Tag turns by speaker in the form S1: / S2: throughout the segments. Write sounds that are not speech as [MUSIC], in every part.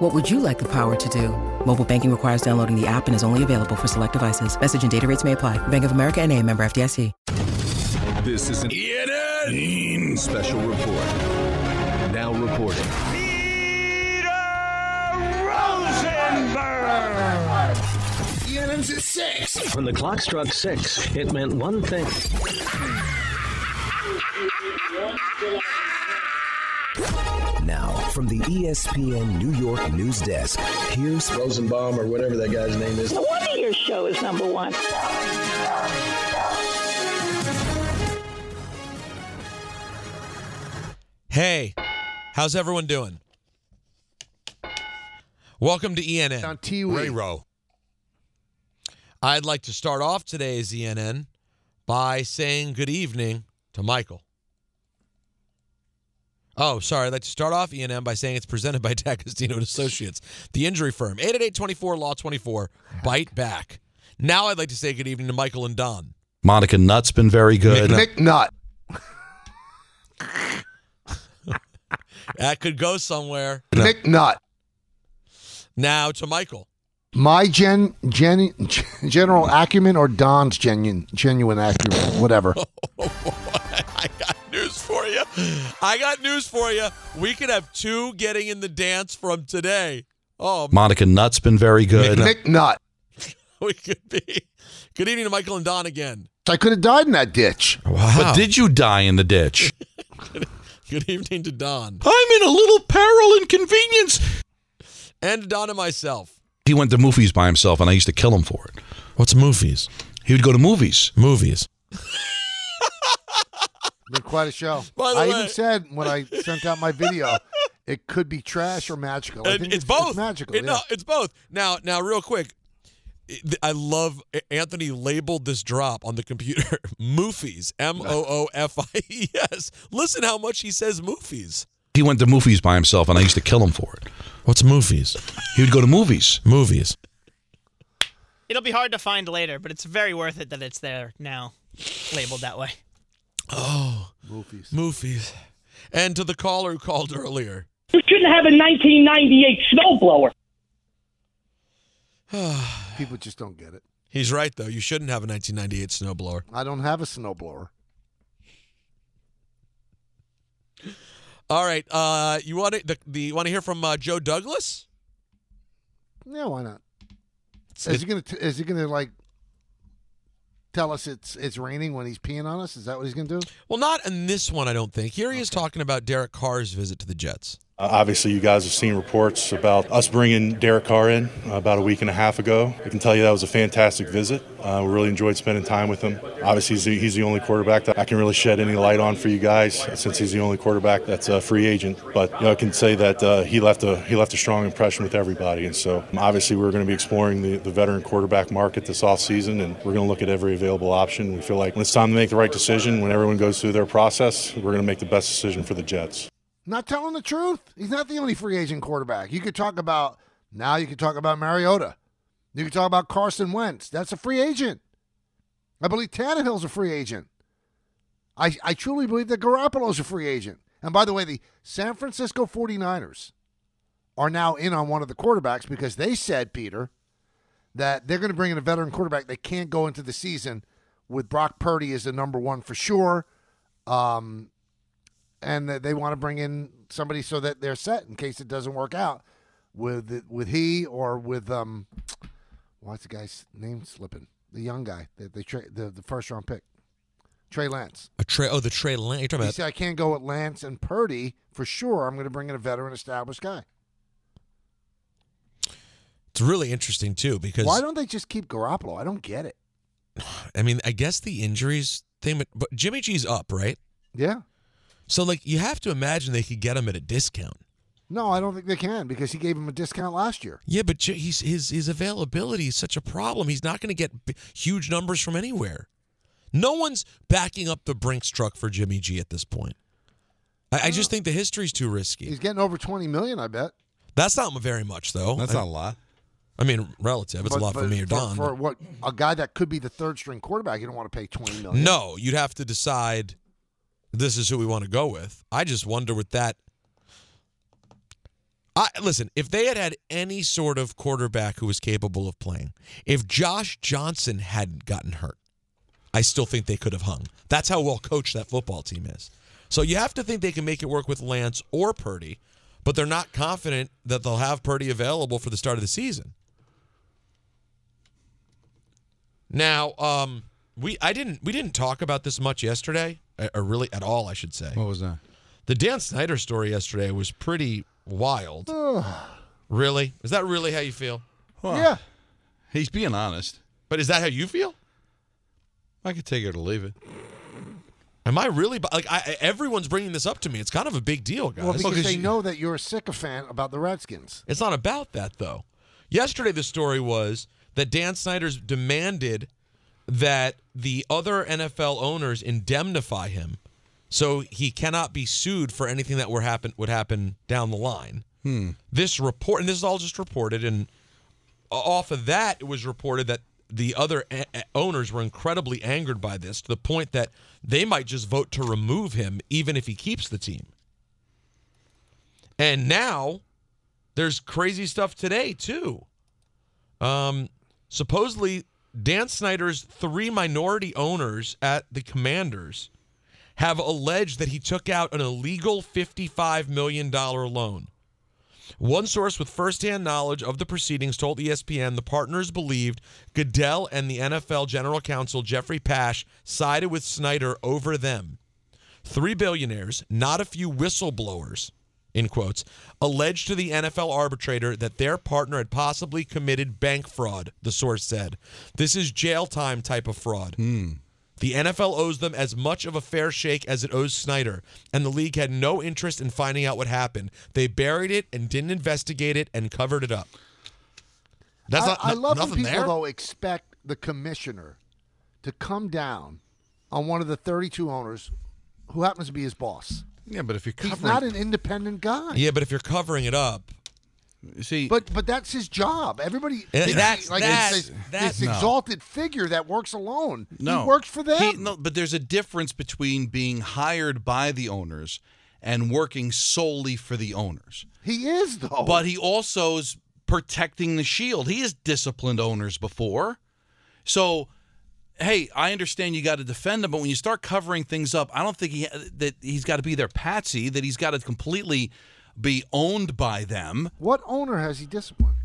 S1: What would you like the power to do? Mobile banking requires downloading the app and is only available for select devices. Message and data rates may apply. Bank of America and a member FDIC.
S2: This is an
S3: E
S2: Ian special report. Now reporting.
S4: ENN's E at six.
S5: When the clock struck six, it meant one thing.
S6: Now, from the
S3: E
S6: ESPN New York news desk, here's
S4: Rosenbaum or whatever that guy's name is.
S7: No wonder your show is number one.
S8: Hey, how's everyone doing? Welcome to ENN.
S4: On TV.
S8: Ray Row. I'd like to start off today's ENN by saying good evening to Michael. Oh, sorry. I'd like to start off ENN by saying it's presented by [LAUGHS] D'Agostino and Associates, the injury firm. 888-24 Law 24. Bite back. Now I'd like to say good evening to Michael and Don.
S2: Monica Nutt's been very good.
S4: McNutt.
S8: That could go somewhere.
S4: McNutt.
S8: Now to Michael.
S4: My gen, gen, general acumen or Don's genuine genuine acumen, whatever.
S8: [LAUGHS] I got news for you. I got news for you. We could have two getting in the dance from today. [LAUGHS] Oh,
S2: Monica Nutt's been very good.
S4: McNutt.
S8: we could be. Good evening to Michael and Don again.
S4: I could have died in that ditch.
S2: Wow. But did you die in the ditch?
S8: Good evening to Don
S2: I'm in a little peril and convenience.
S8: and Don and myself.
S2: He went to movies by himself, and I used to kill him for it.
S8: What's movies?
S2: He would go to movies.
S8: Movies.
S4: Been quite a show.
S8: By the
S4: I
S8: way-
S4: even said when I sent out my video, it could be trash or magical. I
S8: And
S4: think
S8: it's, both.
S4: magical.
S8: It-
S4: yeah.
S8: No, it's both. Now, now, real quick. it- I love Anthony labeled this drop on the computer. [LAUGHS] Moofies. M O O F I E S. Listen how much he says moofies.
S2: He went to movies by himself, and I used to kill him for it.
S8: What's moofies?
S2: He would go to movies.
S8: Movies.
S9: It'll be hard to find later, but it's very worth it that it's there now, labeled that way.
S8: Moofies. And to the caller who called earlier.
S10: You shouldn't have a 1998 snowblower.
S4: People just don't get it.
S8: He's right, though. You shouldn't have a 1998 snowblower.
S4: I don't have a snowblower.
S8: All right. Uh, you want to the, the you want to hear from uh, Joe Douglas?
S4: Yeah, why not? Is he gonna t- is he gonna like tell us it's it's raining when he's peeing on us? Is that what he's gonna do?
S8: Well, not in this one, I don't think. Here he is talking about Derek Carr's visit to the Jets.
S11: Uh, Obviously, you guys have seen reports about us bringing Derek Carr in uh, about a week and a half ago. I can tell you that was a fantastic visit. Uh, we really enjoyed spending time with him. Obviously, he's the, he's the only quarterback that I can really shed any light on for you guys, since he's the only quarterback that's a free agent. But you know, I can say that uh, he left a he left a strong impression with everybody, and so um, obviously we're going to be exploring the, the veteran quarterback market this offseason, and we're going to look at every available option. We feel like when it's time to make the right decision, when everyone goes through their process, we're going to make the best decision for the Jets.
S4: Not telling the truth. He's not the only free agent quarterback. You could talk about now. You could talk about Mariota. You could talk about Carson Wentz. That's a free agent. I believe Tannehill's a free agent. I I truly believe that Garoppolo's a free agent. And by the way, the San Francisco 49ers are now in on one of the quarterbacks because they said Peter that they're going to bring in a veteran quarterback. They can't go into the season with Brock Purdy as the number one for sure. Um, and that they want to bring in somebody so that they're set in case it doesn't work out with with he or with um what's the guy's name slipping the young guy that they tra- the the first round pick Trey Lance
S8: A Trey, oh, the Trey Lance. You're talking
S4: he
S8: about.
S4: said I can't go with Lance and Purdy for sure I'm going to bring in a veteran established guy
S8: It's really interesting too because
S4: why don't they just keep Garoppolo I don't get it
S8: I mean I guess the injuries thing, but, but Jimmy G's up, right?
S4: yeah
S8: So like you have to imagine they could get him at a discount.
S4: no I don't think they can because he gave him a discount last year
S8: Yeah, but J- he's, his his availability is such a problem. He's not going to get b- huge numbers from anywhere. No one's backing up the Brinks truck for Jimmy G at this point. I, I just think the history's too risky.
S4: Hmm. He's getting over 20 million, I bet.
S8: That's not very much, though.
S12: That's
S8: I-
S12: not a lot.
S8: I mean, relative. It's
S4: But-
S8: a lot for
S4: but
S8: me or Don.
S4: For what a guy that could be the third string quarterback, you don't want to pay 20 million.
S8: No, you'd have to decide this is who we want to go with. I just wonder with that. I listen, if they had had any sort of quarterback who was capable of playing, if Josh Johnson hadn't gotten hurt, I still think they could have hung. That's how well coached that football team is. So you have to think they can make it work with Lance or Purdy, but they're not confident that they'll have Purdy available for the start of the season. Now, um, we I didn't we didn't talk about this much yesterday, uh, or- or really at all, I should say. What
S12: was that?
S8: The Dan Snyder story yesterday was pretty wild. really? Is that really how you feel?
S4: yeah.
S12: He's being honest.
S8: But is that how you feel?
S12: I could take it or leave it.
S8: Am I really? bu- Like, I, I- everyone's bringing this up to me. It's kind of a big deal, guys.
S4: Well, because they know that you're a sycophant about the Redskins.
S8: It's not about that though. Yesterday the story was that Dan Snyder's demanded that the other NFL owners indemnify him so he cannot be sued for anything that were happen would happen down the line.
S12: Hmm.
S8: This report and this is all just reported and off of that it was reported that the other a- a- owners were incredibly angered by this to the point that they might just vote to remove him even if he keeps the team. And now there's crazy stuff today too. Um, supposedly Dan Snyder's three minority owners at the Commanders have alleged that he took out an illegal $55 million loan. One source with firsthand knowledge of the proceedings told E ESPN the partners believed Goodell and the NFL general counsel Jeffrey Pash sided with Snyder over them. Three billionaires, not a few whistleblowers, in quotes, alleged to the NFL arbitrator that their partner had possibly committed bank fraud, the source said. This is jail time type of fraud.
S12: Hmm.
S8: The NFL owes them as much of a fair shake as it owes Snyder, and the league had no interest in finding out what happened. They buried it and didn't investigate it and covered it up. That's
S4: I,
S8: not,
S4: I
S8: no-
S4: love when
S8: nothing
S4: people
S8: there.
S4: though expect the commissioner to come down on one of the 32 owners who happens to be his boss.
S12: Yeah, but if you're
S4: He's not an independent guy.
S8: yeah, but if you're covering it up,
S12: see,
S4: But but that's his job. Everybody
S8: And
S4: thinks
S8: that's-
S4: he- like
S8: that's-
S4: this,
S8: that's-
S4: this
S12: No.
S4: exalted figure that works alone.
S12: no,
S4: He works for them.
S12: He- no, but there's a difference between being hired by the owners and working solely for the owners.
S4: He is though.
S12: But he also is protecting the shield. He has disciplined owners before. So, hey, I understand you got to defend him, but when you start covering things up, I don't think he that he's got to be their patsy, that he's got to completely be owned by them.
S4: what owner has he disciplined?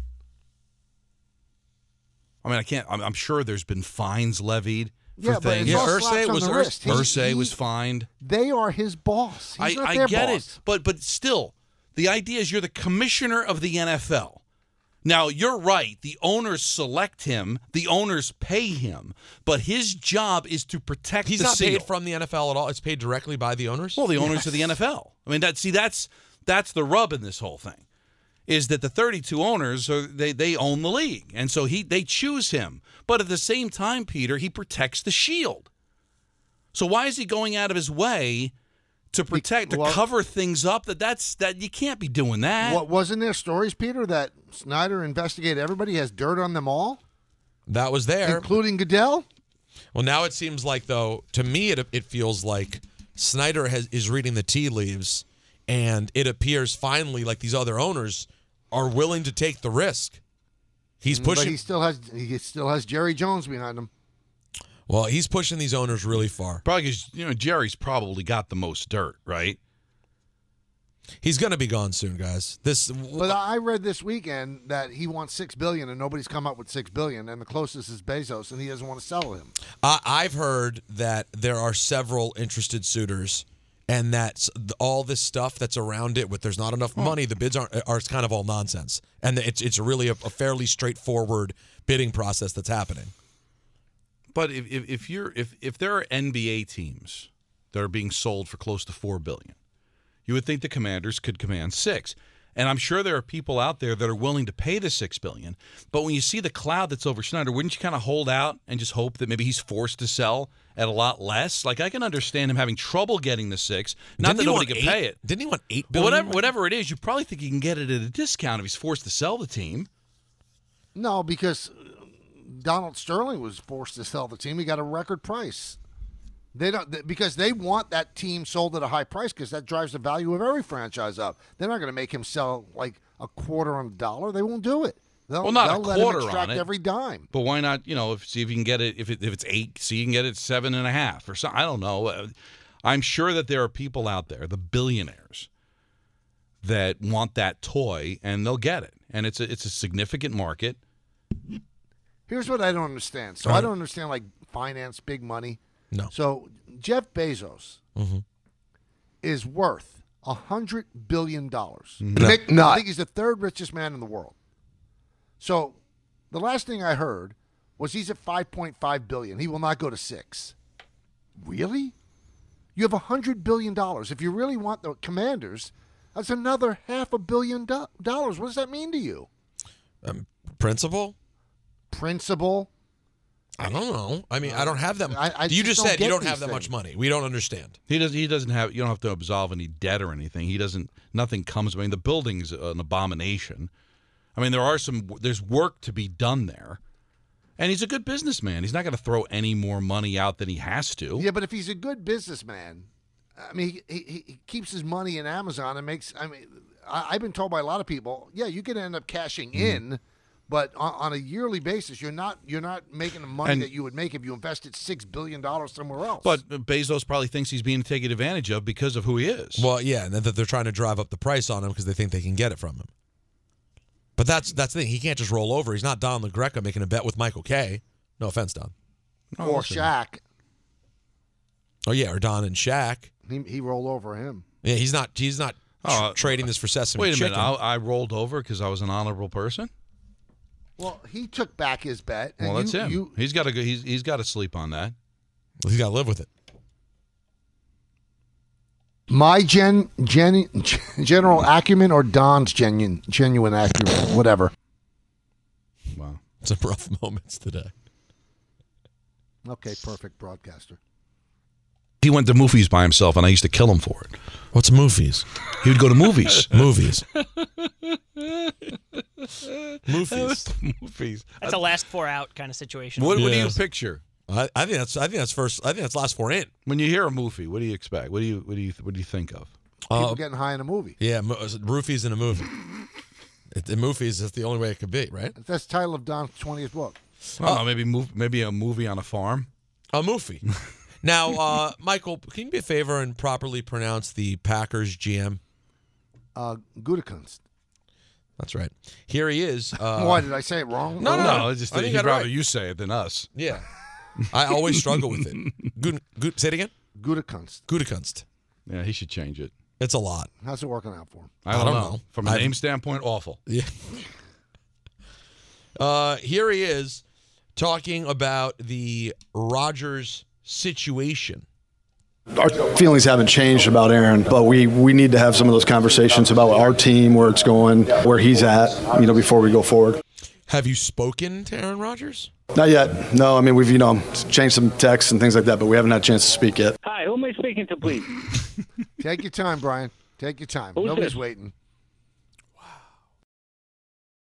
S12: I mean, I can't. I'm, I'm sure there's been fines levied for
S4: Yeah, but
S12: things.
S4: it's all Yeah, slaps Ursay on was- the Ur- wrist. He-
S12: Ursay
S4: he-
S12: was fined.
S4: They are his boss. He's
S12: I,
S4: not
S12: I
S4: their
S12: get
S4: boss.
S12: it, but but still, the idea is you're the commissioner of the NFL. Now you're right. The owners select him. The owners pay him, but his job is to protect.
S8: he's
S12: the
S8: not
S12: seal.
S8: paid from the NFL at all. It's paid directly by the owners.
S12: Well, the owners of the
S8: Yes.
S12: NFL. I mean, that see, that's that's the rub in this whole thing, is that the 32 owners are they they own the league, and so he they choose him. But at the same time, Peter, he protects the shield. So why is he going out of his way to protect to
S4: well-
S12: cover things up? That that's that you can't be doing that.
S4: What wasn't there stories, Peter, that Snyder investigated everybody has dirt on them all,
S8: That was there.
S4: including Goodell?
S8: Well, now it seems like though to me it it feels like Snyder has is reading the tea leaves, and it appears finally like these other owners are willing to take the risk. He's
S4: Mm, But
S8: pushing.
S4: he still has he still has Jerry Jones behind him.
S8: well, he's pushing these owners really far.
S12: Probably because you know Jerry's probably got the most dirt, right?
S8: He's gonna be gone soon, guys. This
S4: But I read this weekend that he wants six billion, and nobody's come up with six billion, and the closest is Bezos, and he doesn't want to sell him.
S8: I, I've heard that there are several interested suitors, and that s- th- all this stuff that's around it, with there's not enough
S4: Hmm.
S8: money, the bids aren't uh, are it's kind of all nonsense, and it's it's really a, a fairly straightforward bidding process that's happening.
S12: But if, if, if you're if if there are NBA teams that are being sold for close to four billion, you would think the Commanders could command six. And I'm sure there are people out there that are willing to pay the six billion. But when you see the cloud that's over Schneider, wouldn't you kind of hold out and just hope that maybe he's forced to sell at a lot less? Like I can understand him having trouble getting the six. Not
S8: Didn't
S12: that
S8: he
S12: nobody
S8: want
S12: could
S8: eight?
S12: pay it.
S8: Didn't he want eight
S12: But
S8: billion?
S12: whatever, whatever it is, you probably think he can get it at a discount if he's forced to sell the team.
S4: No, because Donald Sterling was forced to sell the team. He got a record price. They don't th- because they want that team sold at a high price because that drives the value of every franchise up. They're not going to make him sell like a quarter on the dollar. They won't do it. They'll,
S12: Well, not a
S4: they'll let
S12: quarter
S4: him
S12: on
S4: extract
S12: it.
S4: every dime.
S12: But why not? You know, if, see if you can get it. If, it, if it's eight, see you can get it at seven and a half or something. I don't know. Uh, I'm sure that there are people out there, the billionaires, that want that toy and they'll get it. And it's a, it's a significant market.
S4: Here's what I don't understand. So I don't understand like finance, big money.
S8: No.
S4: So Jeff Bezos is worth a hundred billion dollars.
S13: No. Nick Nutt.
S4: I think he's the third richest man in the world. So the last thing I heard was he's at five point five billion. He will not go to six. Really? You have a hundred billion dollars. If you really want the commanders, that's another half a billion do- dollars. What does that mean to you?
S8: Um, principal?
S4: Principal?
S8: I don't know. I mean, I don't have that.
S4: Uh, I- I
S8: you just,
S4: just don't
S8: said you
S4: get
S8: don't
S4: these
S8: have that much
S4: things.
S8: money. We don't understand.
S12: He doesn't. He doesn't have. You don't have to absolve any debt or anything. He doesn't. Nothing comes. I mean, the building's an abomination. I mean, there are some. There's work to be done there. And he's a good businessman. He's not going to throw any more money out than he has to.
S4: Yeah, but if he's a good businessman, I mean, he, he, he keeps his money in Amazon and makes. I mean, I, I've been told by a lot of people, yeah, you could end up cashing
S12: Mm-hmm.
S4: in, but on, on a yearly basis, you're not you're not making the money
S12: And-
S4: that you would make if you invested six billion dollars somewhere else.
S12: But Bezos probably thinks he's being taken advantage of because of who he is.
S8: Well, yeah, and that they're trying to drive up the price on him because they think they can get it from him. But that's that's the thing. He can't just roll over. He's not Don LaGreca making a bet with Michael Kay. No offense, Don.
S4: or Shaq,
S8: Oh yeah, or Don and Shaq.
S4: he, he rolled over him.
S8: Yeah, he's not he's not tr-
S12: Oh,
S8: trading this for sesame
S12: Wait a
S8: chicken.
S12: minute. I, I rolled over because I was an honorable person.
S4: Well, he took back his bet. And
S12: Well, that's
S4: you,
S12: him.
S4: You,
S12: he's got to go. He's, he's got to sleep on that.
S8: he's got to live with it.
S4: my gen, gen [LAUGHS] general acumen or Don's genuine genuine acumen, whatever.
S12: Wow,
S8: some rough [LAUGHS] moments today.
S4: Okay, perfect broadcaster.
S2: He went to movies by himself, and I used to kill him for it.
S8: What's movies?
S2: He would go to movies.
S8: [LAUGHS] movies.
S12: Movies. movies.
S9: That's a last four out kind of situation.
S12: What, what do you
S8: Yes.
S12: picture
S8: I, I think that's I think that's first. I think that's last four in.
S12: when you hear a movie? What do you expect? What do you what do you what do you think of?
S4: People
S8: Uh,
S4: getting high in a movie.
S8: yeah, mo- roofies in a movie. it, the movies is the only way it could be, right?
S4: That's the title of Don's twentieth book.
S8: Uh,
S12: Oh, maybe move, maybe a movie on a farm.
S8: A movie.
S12: [LAUGHS]
S8: now, uh, Michael, can you do me a favor and properly pronounce the Packers GM?
S4: Uh, Gutekunst.
S8: That's right. Here he is.
S4: [LAUGHS]
S8: Uh,
S4: Why did I say it wrong?
S8: No, no,
S12: it's just
S8: I think
S12: he'd
S8: you got it
S12: rather
S8: right.
S12: you say it than us.
S8: Yeah. I always struggle with it. Good, good, say it again.
S4: Gutekunst.
S8: Gutekunst.
S12: Yeah, he should change it.
S8: It's a lot.
S4: How's it working out for him?
S12: I don't,
S8: don't
S12: know.
S8: know.
S12: From a
S8: I've-
S12: name standpoint, awful.
S8: Yeah. Uh, here he is talking about the Rogers situation.
S14: Our feelings haven't changed about Aaron, but we, we need to have some of those conversations about our team, where it's going, where he's at, you know, before we go forward.
S8: Have you spoken to Aaron Rodgers?
S14: Not yet. No, I mean, we've, you know, changed some texts and things like that, but we haven't had a chance to speak yet.
S10: Hi, who am I speaking to, please?
S4: Take your time, Brian. Take your time.
S10: Who's
S4: Nobody's
S10: this?
S4: waiting.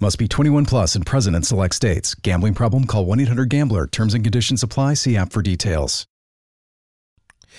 S3: Must be 21 plus and present in select states. Gambling problem? Call 1 800 Gambler. Terms and conditions apply. See app for details.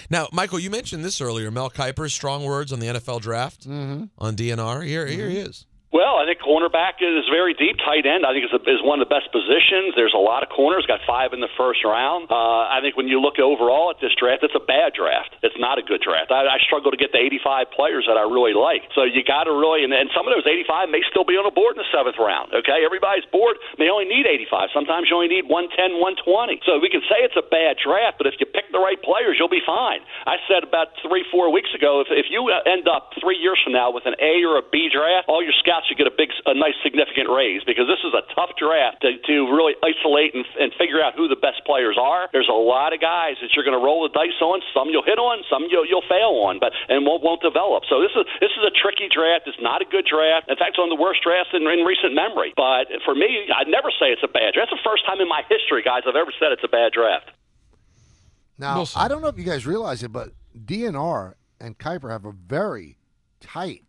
S8: Now, Michael, you mentioned this earlier. Mel Kiper's strong words on the NFL draft on DNR. Here, here he is.
S13: Well, I think cornerback is very deep. Tight end, I think, is, the, is one of the best positions. There's a lot of corners. Got five in the first round. Uh, I think when you look overall at this draft, it's a bad draft. It's not a good draft. I, I struggle to get the 85 players that I really like. So you got to really, and, and some of those 85 may still be on the board in the seventh round. Okay, everybody's board may only need 85. Sometimes you only need 110, 120. So we can say it's a bad draft, but if you pick the right players, you'll be fine. I said about three, four weeks ago, if, if you end up three years from now uh, with an A or a B draft, all your scouts scouts should get a big, a nice, significant raise because this is a tough draft to, to really isolate and, and figure out who the best players are. There's a lot of guys that you're going to roll the dice on. Some you'll hit on, some you'll, you'll fail on, but and won't, won't develop. So this is this is a tricky draft. It's not a good draft. In fact, it's one of the worst drafts in, in recent memory. But for me, I'd never say it's a bad draft. That's the first time in my history, guys, I've ever said it's a bad draft.
S4: Now, I don't know if you guys realize it, but DNR and Kuiper have a very tight,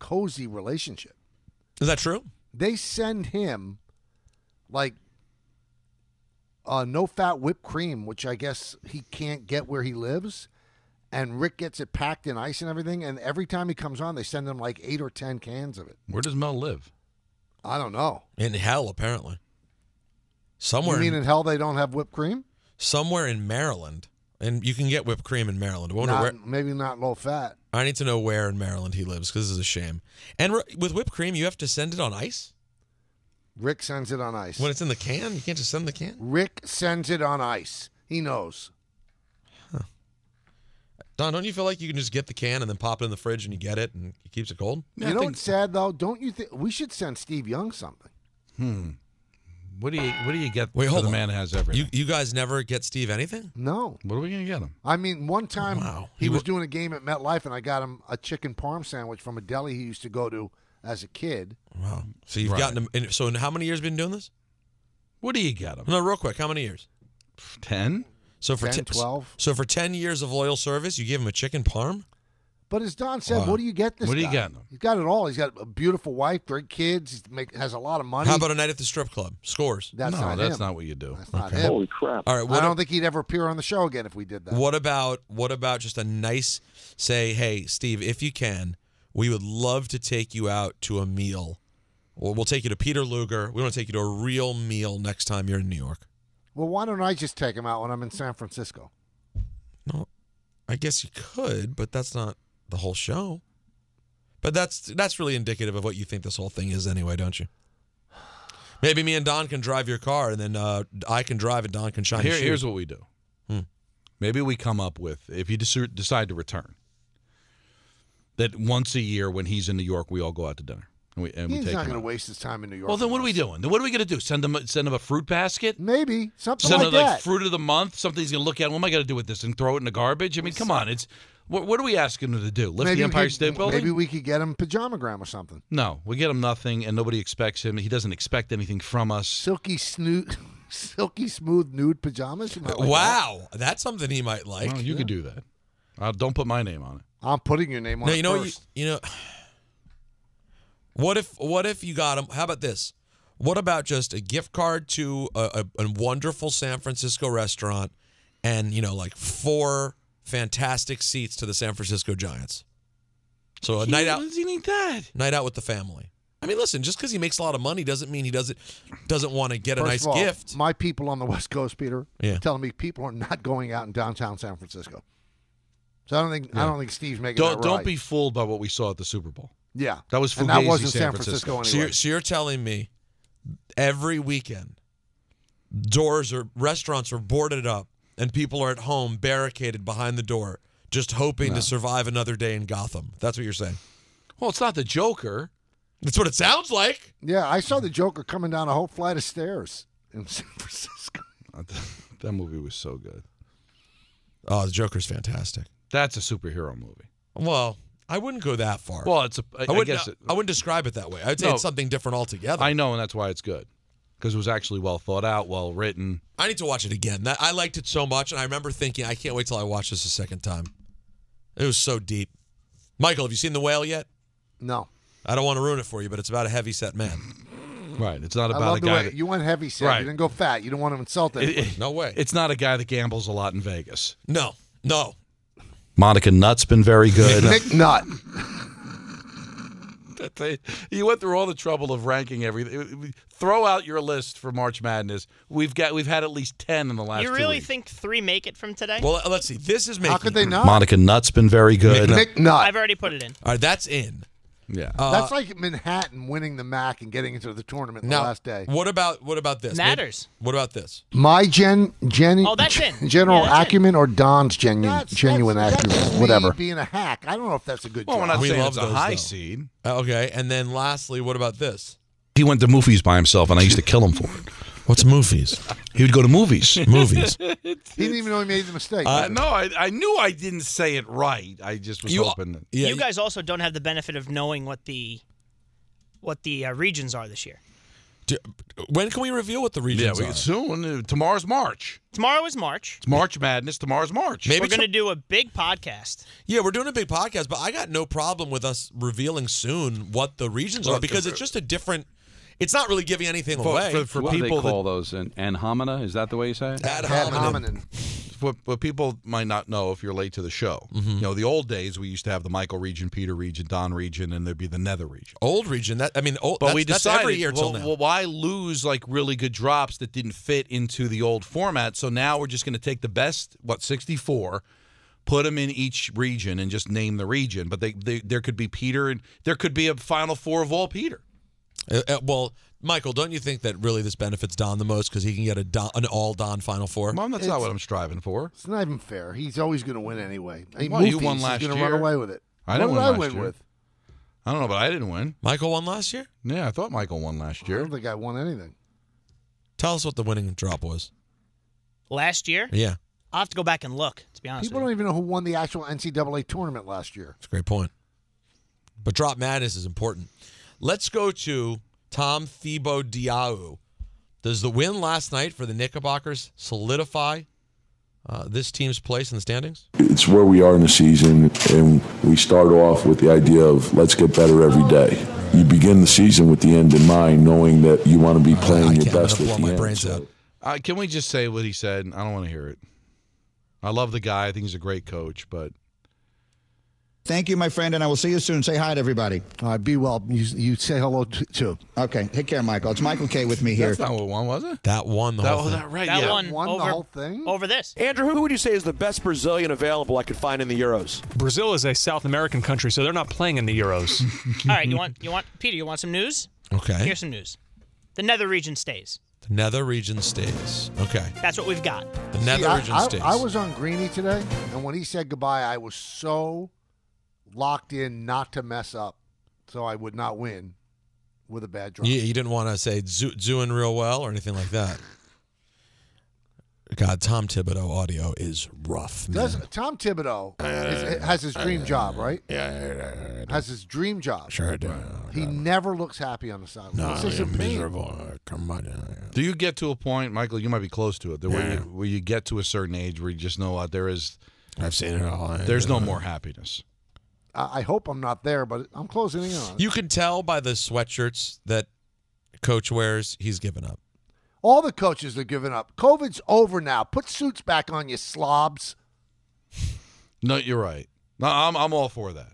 S4: cozy relationship.
S8: Is that true?
S4: They send him like uh, no fat whipped cream, which I guess he can't get where he lives. And Rick gets it packed in ice and everything. And every time he comes on, they send him like eight or 10 cans of it.
S2: Where does Mel live?
S4: I don't know.
S8: In hell, apparently. Somewhere.
S4: You mean in hell they don't have whipped cream?
S8: Somewhere in Maryland, and you can get whipped cream in Maryland. I wonder
S4: Not-
S8: where.
S4: Maybe not low fat.
S8: I need to know where in Maryland he lives because this is a shame. And r- with whipped cream, you have to send it on ice
S4: Rick sends it on ice.
S8: when it's in the can. You can't just send the can.
S4: Rick sends it on ice. He knows.
S8: Don, don't you feel like you can just get the can and then pop it in the fridge and you get it and it keeps it cold?
S4: you know what's sad though? Don't you think we should send Steve Young something?
S2: Hmm. What do you What do you get?
S8: Wait,
S2: for
S8: hold
S2: the
S8: on.
S2: man that has everything.
S8: You you guys never get Steve anything?
S4: No.
S2: what are we gonna get him?
S4: I mean, one time
S8: Wow.
S4: he,
S8: He
S4: was
S8: wa-
S4: doing a game at MetLife, and I got him a chicken parm sandwich from a deli he used to go to as a kid.
S8: Wow. So you've
S2: Right.
S8: gotten him. And so in how many years been doing this?
S2: What do you get him?
S8: No, real quick. How many years?
S2: Ten.
S8: So for
S4: 10,
S8: te-
S4: 12.
S8: So for ten years of loyal service, you give him a chicken parm.
S4: But as Don said,
S8: Wow.
S4: what do you get this?
S8: What do you
S4: guy?
S8: get him?
S4: He's got it all. He's got a beautiful wife, great kids. He make, has a lot of money.
S8: How about a night at the strip club? Scores.
S4: That's No, not that's him. not
S2: what you do.
S4: That's not him. Holy
S8: crap! All right.
S4: I
S8: What,
S4: don't think he'd ever appear on the show again if we did that.
S8: what about what about just a nice say? Hey, Steve, if you can, we would love to take you out to a meal, or we'll take you to Peter Luger. We want to take you to a real meal next time you're in New York.
S4: Well, why don't I just take him out when I'm in San Francisco?
S8: I guess you could, but that's not the whole show. But that's that's really indicative of what you think this whole thing is, anyway, don't you? Maybe me and Don can drive your car, and then uh, I can drive, and Don can shine.
S2: Here,
S8: his shoe.
S2: here's what we do.
S8: Hmm.
S2: Maybe we come up with if you desu- decide to return that once a year when he's in New York, we all go out to dinner and we, and we
S4: He's
S2: take
S4: not
S2: him
S4: going to
S2: out.
S4: waste his time in New York.
S2: Well, then what are we doing? Then what are we going to do? Send him a- send him a fruit basket?
S4: Maybe something
S2: Send
S4: like
S2: him like
S4: that.
S2: fruit of the month, something he's going to look at. What am I going to do with this and throw it in the garbage? I mean, come on, it's what, what are we asking him to do? Lift
S4: Maybe
S2: the
S4: we
S2: Empire
S4: could-
S2: State Building?
S4: Maybe we could get him pajamagram or something.
S2: No, we get him nothing, and nobody expects him. He doesn't expect anything from us.
S4: Silky snoot, [LAUGHS] silky smooth nude pajamas. You might like
S8: wow, that's something he might like.
S2: Well, Oh, you could do that. Uh, don't put my name on it.
S4: that. I'm putting your name on.
S8: No,
S4: it
S8: you know what
S4: first.
S8: you, you know. What if what if you got him? How about this? What about just a gift card to a, a, a wonderful San Francisco restaurant, and you know, like four fantastic seats to the San Francisco Giants. So a night out,
S2: does he need that?
S8: night out with the family. I mean, listen, just because he makes a lot of money doesn't mean he doesn't doesn't want to get a
S4: First
S8: nice
S4: of all,
S8: gift.
S4: My people on the [LAUGHS] West Coast, Peter,
S8: Yeah.
S4: telling me people are not going out in downtown San Francisco. So I don't think I don't think Steve's making
S2: Don't
S4: that
S2: don't
S4: right.
S2: be fooled by what we saw at the Super Bowl.
S4: Yeah,
S2: That was
S4: and that
S2: Fugazi,
S4: wasn't
S2: San
S4: San Francisco,
S2: Francisco.
S8: So
S4: anyway.
S8: you're, so you're telling me every weekend doors or restaurants are boarded up and people are at home barricaded behind the door just hoping to survive another day in Gotham. That's what you're saying.
S2: Well, it's not the Joker.
S8: That's what it sounds like.
S4: yeah, I saw the Joker coming down a whole flight of stairs in [LAUGHS] San Francisco.
S2: [LAUGHS] that movie was so good.
S8: Oh, the Joker's fantastic.
S2: That's a superhero movie.
S8: Well, I wouldn't go that far.
S2: Well, it's a. I, I
S8: wouldn't,
S2: guess it, uh,
S8: I wouldn't describe it that way. I'd say
S2: No.
S8: it's something different altogether.
S2: I know, and that's why it's good because it was actually well thought out, well written.
S8: I need to watch it again. That I liked it so much, and I remember thinking, I can't wait till I watch this a second time. It was so deep. Michael, have you seen The Whale yet?
S4: No,
S8: I don't want to ruin it for you, but it's about a heavy
S2: [CLEARS THROAT]
S8: set man.
S2: Right. It's not
S4: I
S2: about
S4: love
S2: a
S4: the
S2: guy.
S4: way
S2: That,
S4: you went heavy set.
S2: Right.
S4: You didn't go fat. You don't want to insult
S2: It-
S4: anybody.
S2: it-
S8: No way.
S2: It's not a guy that gambles a lot in Vegas.
S8: No, no.
S2: Monica Nutt's been very good.
S4: Nick Nutt.
S8: That,
S2: They- you went through all the trouble of ranking everything. Throw out your list for March Madness. We've got we've had at least ten in the last.
S9: You
S2: two
S9: really
S2: weeks.
S9: think three make it from today?
S8: Well, let's see. This is making.
S2: could they not?
S15: Monica Nutt's been very good.
S9: I've already put it in.
S8: All right, that's in.
S2: Yeah.
S4: That's like Manhattan winning the MAC and getting into the tournament the
S8: now,
S4: last day.
S8: What about what about this? Maybe-
S9: Matters.
S8: what about this?
S4: My gen, gen
S9: Oh, that's it.
S4: general
S9: Yeah, that's it.
S4: acumen or Don's genuine genuine acumen, whatever.
S8: being
S4: a hack. I don't know if that's a good
S2: Well, Oh, we're not
S8: we
S2: saying
S8: love
S2: it's a
S8: those,
S2: high
S8: though.
S2: seed.
S8: Uh, Okay, and then lastly, what about this?
S15: He went to movies by himself, and I used to kill him for it.
S8: What's movies?
S15: He would go to
S2: [LAUGHS]
S15: movies.
S4: he didn't even know he made the mistake.
S2: Uh, no, I, I knew I didn't say it right. I just was
S8: You-
S2: hoping. That,
S9: you guys also don't have the benefit of knowing what the what the uh, regions are this year.
S8: When can we reveal what the
S2: yeah,
S8: regions
S2: we,
S8: are?
S2: soon. Uh, Tomorrow's March.
S9: Tomorrow is March.
S2: It's March Madness. Tomorrow's March.
S8: Maybe
S9: We're
S8: to-
S9: going to do a big podcast.
S8: Yeah, we're doing a big podcast, but I got no problem with us revealing soon what the regions are
S16: Well,
S8: because it's just a different. It's not really giving anything
S2: For-
S8: away
S2: for- for
S16: what do they
S2: people that-
S16: call those an ad hominem? Is that the way you say it?
S8: Ad hominem.
S2: what, what people might not know if you're late to the show.
S8: Mm-hmm.
S2: You know, the old days we used to have the Michael region, Peter region, Don region, and there'd be the Nether region.
S8: Old region. That I mean, old,
S2: But
S8: that's,
S2: we
S8: that's
S2: decided,
S8: every year
S2: well,
S8: till now.
S2: well, why lose like really good drops that didn't fit into the old format? So now we're just going to take the best, what sixty four, put them in each region and just name the region. But they, they there could be Peter, and there could be a Final Four of all Peter.
S8: Uh, uh, well, Michael, don't you think that really this benefits Don the most because he can get a Don, an all Don Final Four?
S2: Mom, that's not
S4: It's-
S2: what I'm striving for.
S4: It's not even fair. He's always going to win anyway. I mean,
S2: Well, you
S4: Moofies
S2: won
S4: is
S2: last
S4: gonna run
S2: year.
S4: away with it.
S2: I
S4: what
S2: didn't
S4: did
S2: win
S4: I
S2: last
S4: win
S2: year.
S4: with?
S2: I don't know, but I didn't win.
S8: Michael won last year.
S2: Yeah, I thought Michael won last
S4: I
S2: year.
S4: don't think I won anything.
S8: Tell us what the winning drop was.
S9: Last year,
S8: Yeah,
S9: I'll have to go back and look. To be honest,
S4: People don't even know who won the actual NCAA tournament last year.
S8: it's a great point. But drop madness is important. Let's go to Tom Thibault Diaw. Does the win last night for the Knickerbockers solidify uh, this team's place in the standings?
S12: It's where we are in the season, and we start off with the idea of let's get better every day. You begin the season with the end in mind, knowing that you want to be playing your best at the end. So
S2: Uh, can we just say what he said? I don't want to hear it. I love the guy. I think he's a great coach, but
S17: Thank you, my friend, and I will see you soon. Say hi to everybody.
S4: All right, be well. You, you say hello to, to.
S2: uh,
S17: Okay, take care, Michael. It's Michael K with me here.
S2: that's not what one was it?
S8: That won the
S2: That-
S8: whole
S2: oh,
S8: thing.
S2: that- right,
S9: that
S2: yeah.
S9: one
S4: Won the
S9: over
S4: whole thing?
S9: over this.
S18: Andrew, who would you say is the best Brazilian available I could find in the Euros?
S13: Brazil is a South American country, so they're not playing in the Euros.
S9: All right, you want you want Peter? You want some news?
S8: Okay.
S9: Here's some news. The Nether region stays.
S8: The Nether region stays. Okay.
S9: That's what we've got.
S8: The Nether
S4: See, I-
S8: region
S4: I,
S8: stays.
S4: I was on Greeny today, and when he said goodbye, I was so locked in not to mess up, so I would not win with a bad drop.
S8: Yeah, you didn't want to say zoo, zooing real well or anything like that. God, Tom Thibodeau audio is rough. Man.
S4: Does Tom Thibodeau is, has his dream job, right?
S8: Yeah,
S4: Has his dream job.
S8: Sure do.
S4: He never looks happy on the sideline. This is a pain.
S8: Come on.
S2: Do you get to a point, Michael? You might be close to it, that where, you, where you get to a certain age where you just know what there is.
S8: I've seen it all.
S2: There's no more happiness.
S4: I, I hope I'm not there, but I'm closing in on it.
S8: You can tell by the sweatshirts that Coach wears, he's given up.
S4: All the coaches are giving up. COVID's over now. Put suits back on, you slobs.
S2: No, you're right. No, I'm I'm all for that.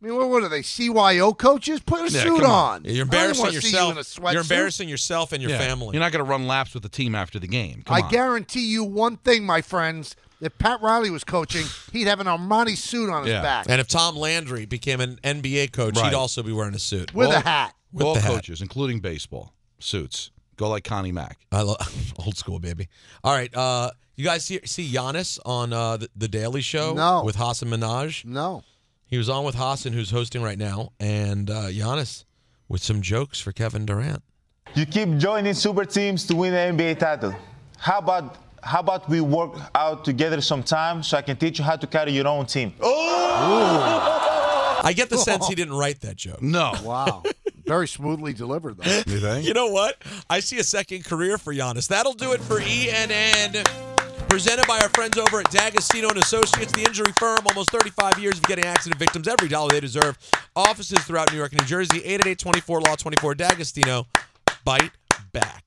S4: I mean, what, what are they? CYO coaches? Put a
S2: Yeah,
S4: suit
S2: come on.
S4: on.
S2: You're
S4: I don't
S2: embarrassing
S4: wanna see
S2: yourself.
S4: You in a sweatsuit.
S8: You're embarrassing yourself and your
S2: Yeah.
S8: family.
S2: You're not going to run laps with the team after the game. Come
S4: I
S2: on.
S4: guarantee you one thing, my friends. If Pat Riley was coaching, he'd have an Armani suit on his back
S8: And if Tom Landry became an NBA coach,
S2: Right.
S8: he'd also be wearing a suit.
S4: with a
S2: Well-
S4: hat.
S8: With
S2: all
S8: the hat.
S2: coaches, including baseball, suits go like Connie Mack.
S8: I love [LAUGHS] old school, baby. All right, uh, you guys see, see Giannis on uh, the, the Daily Show
S4: No.
S8: with Hassan Minaj.
S4: No.
S8: He was on with Hassan, who's hosting right now, and uh, Giannis with some jokes for Kevin Durant.
S11: You keep joining super teams to win the NBA title. How about how about we work out together sometime so I can teach you how to carry your own team?
S8: I get the sense he didn't write that joke.
S2: No. [LAUGHS]
S4: Wow. Very smoothly delivered, though.
S2: You think?
S8: You know what? I see a second career for Giannis. That'll do it for ENN. Presented by our friends over at D'Agostino and Associates, the injury firm, almost 35 years of getting accident victims every dollar they deserve. Offices throughout New York and New Jersey, 888-24 Law 24 D'Agostino. Bite back.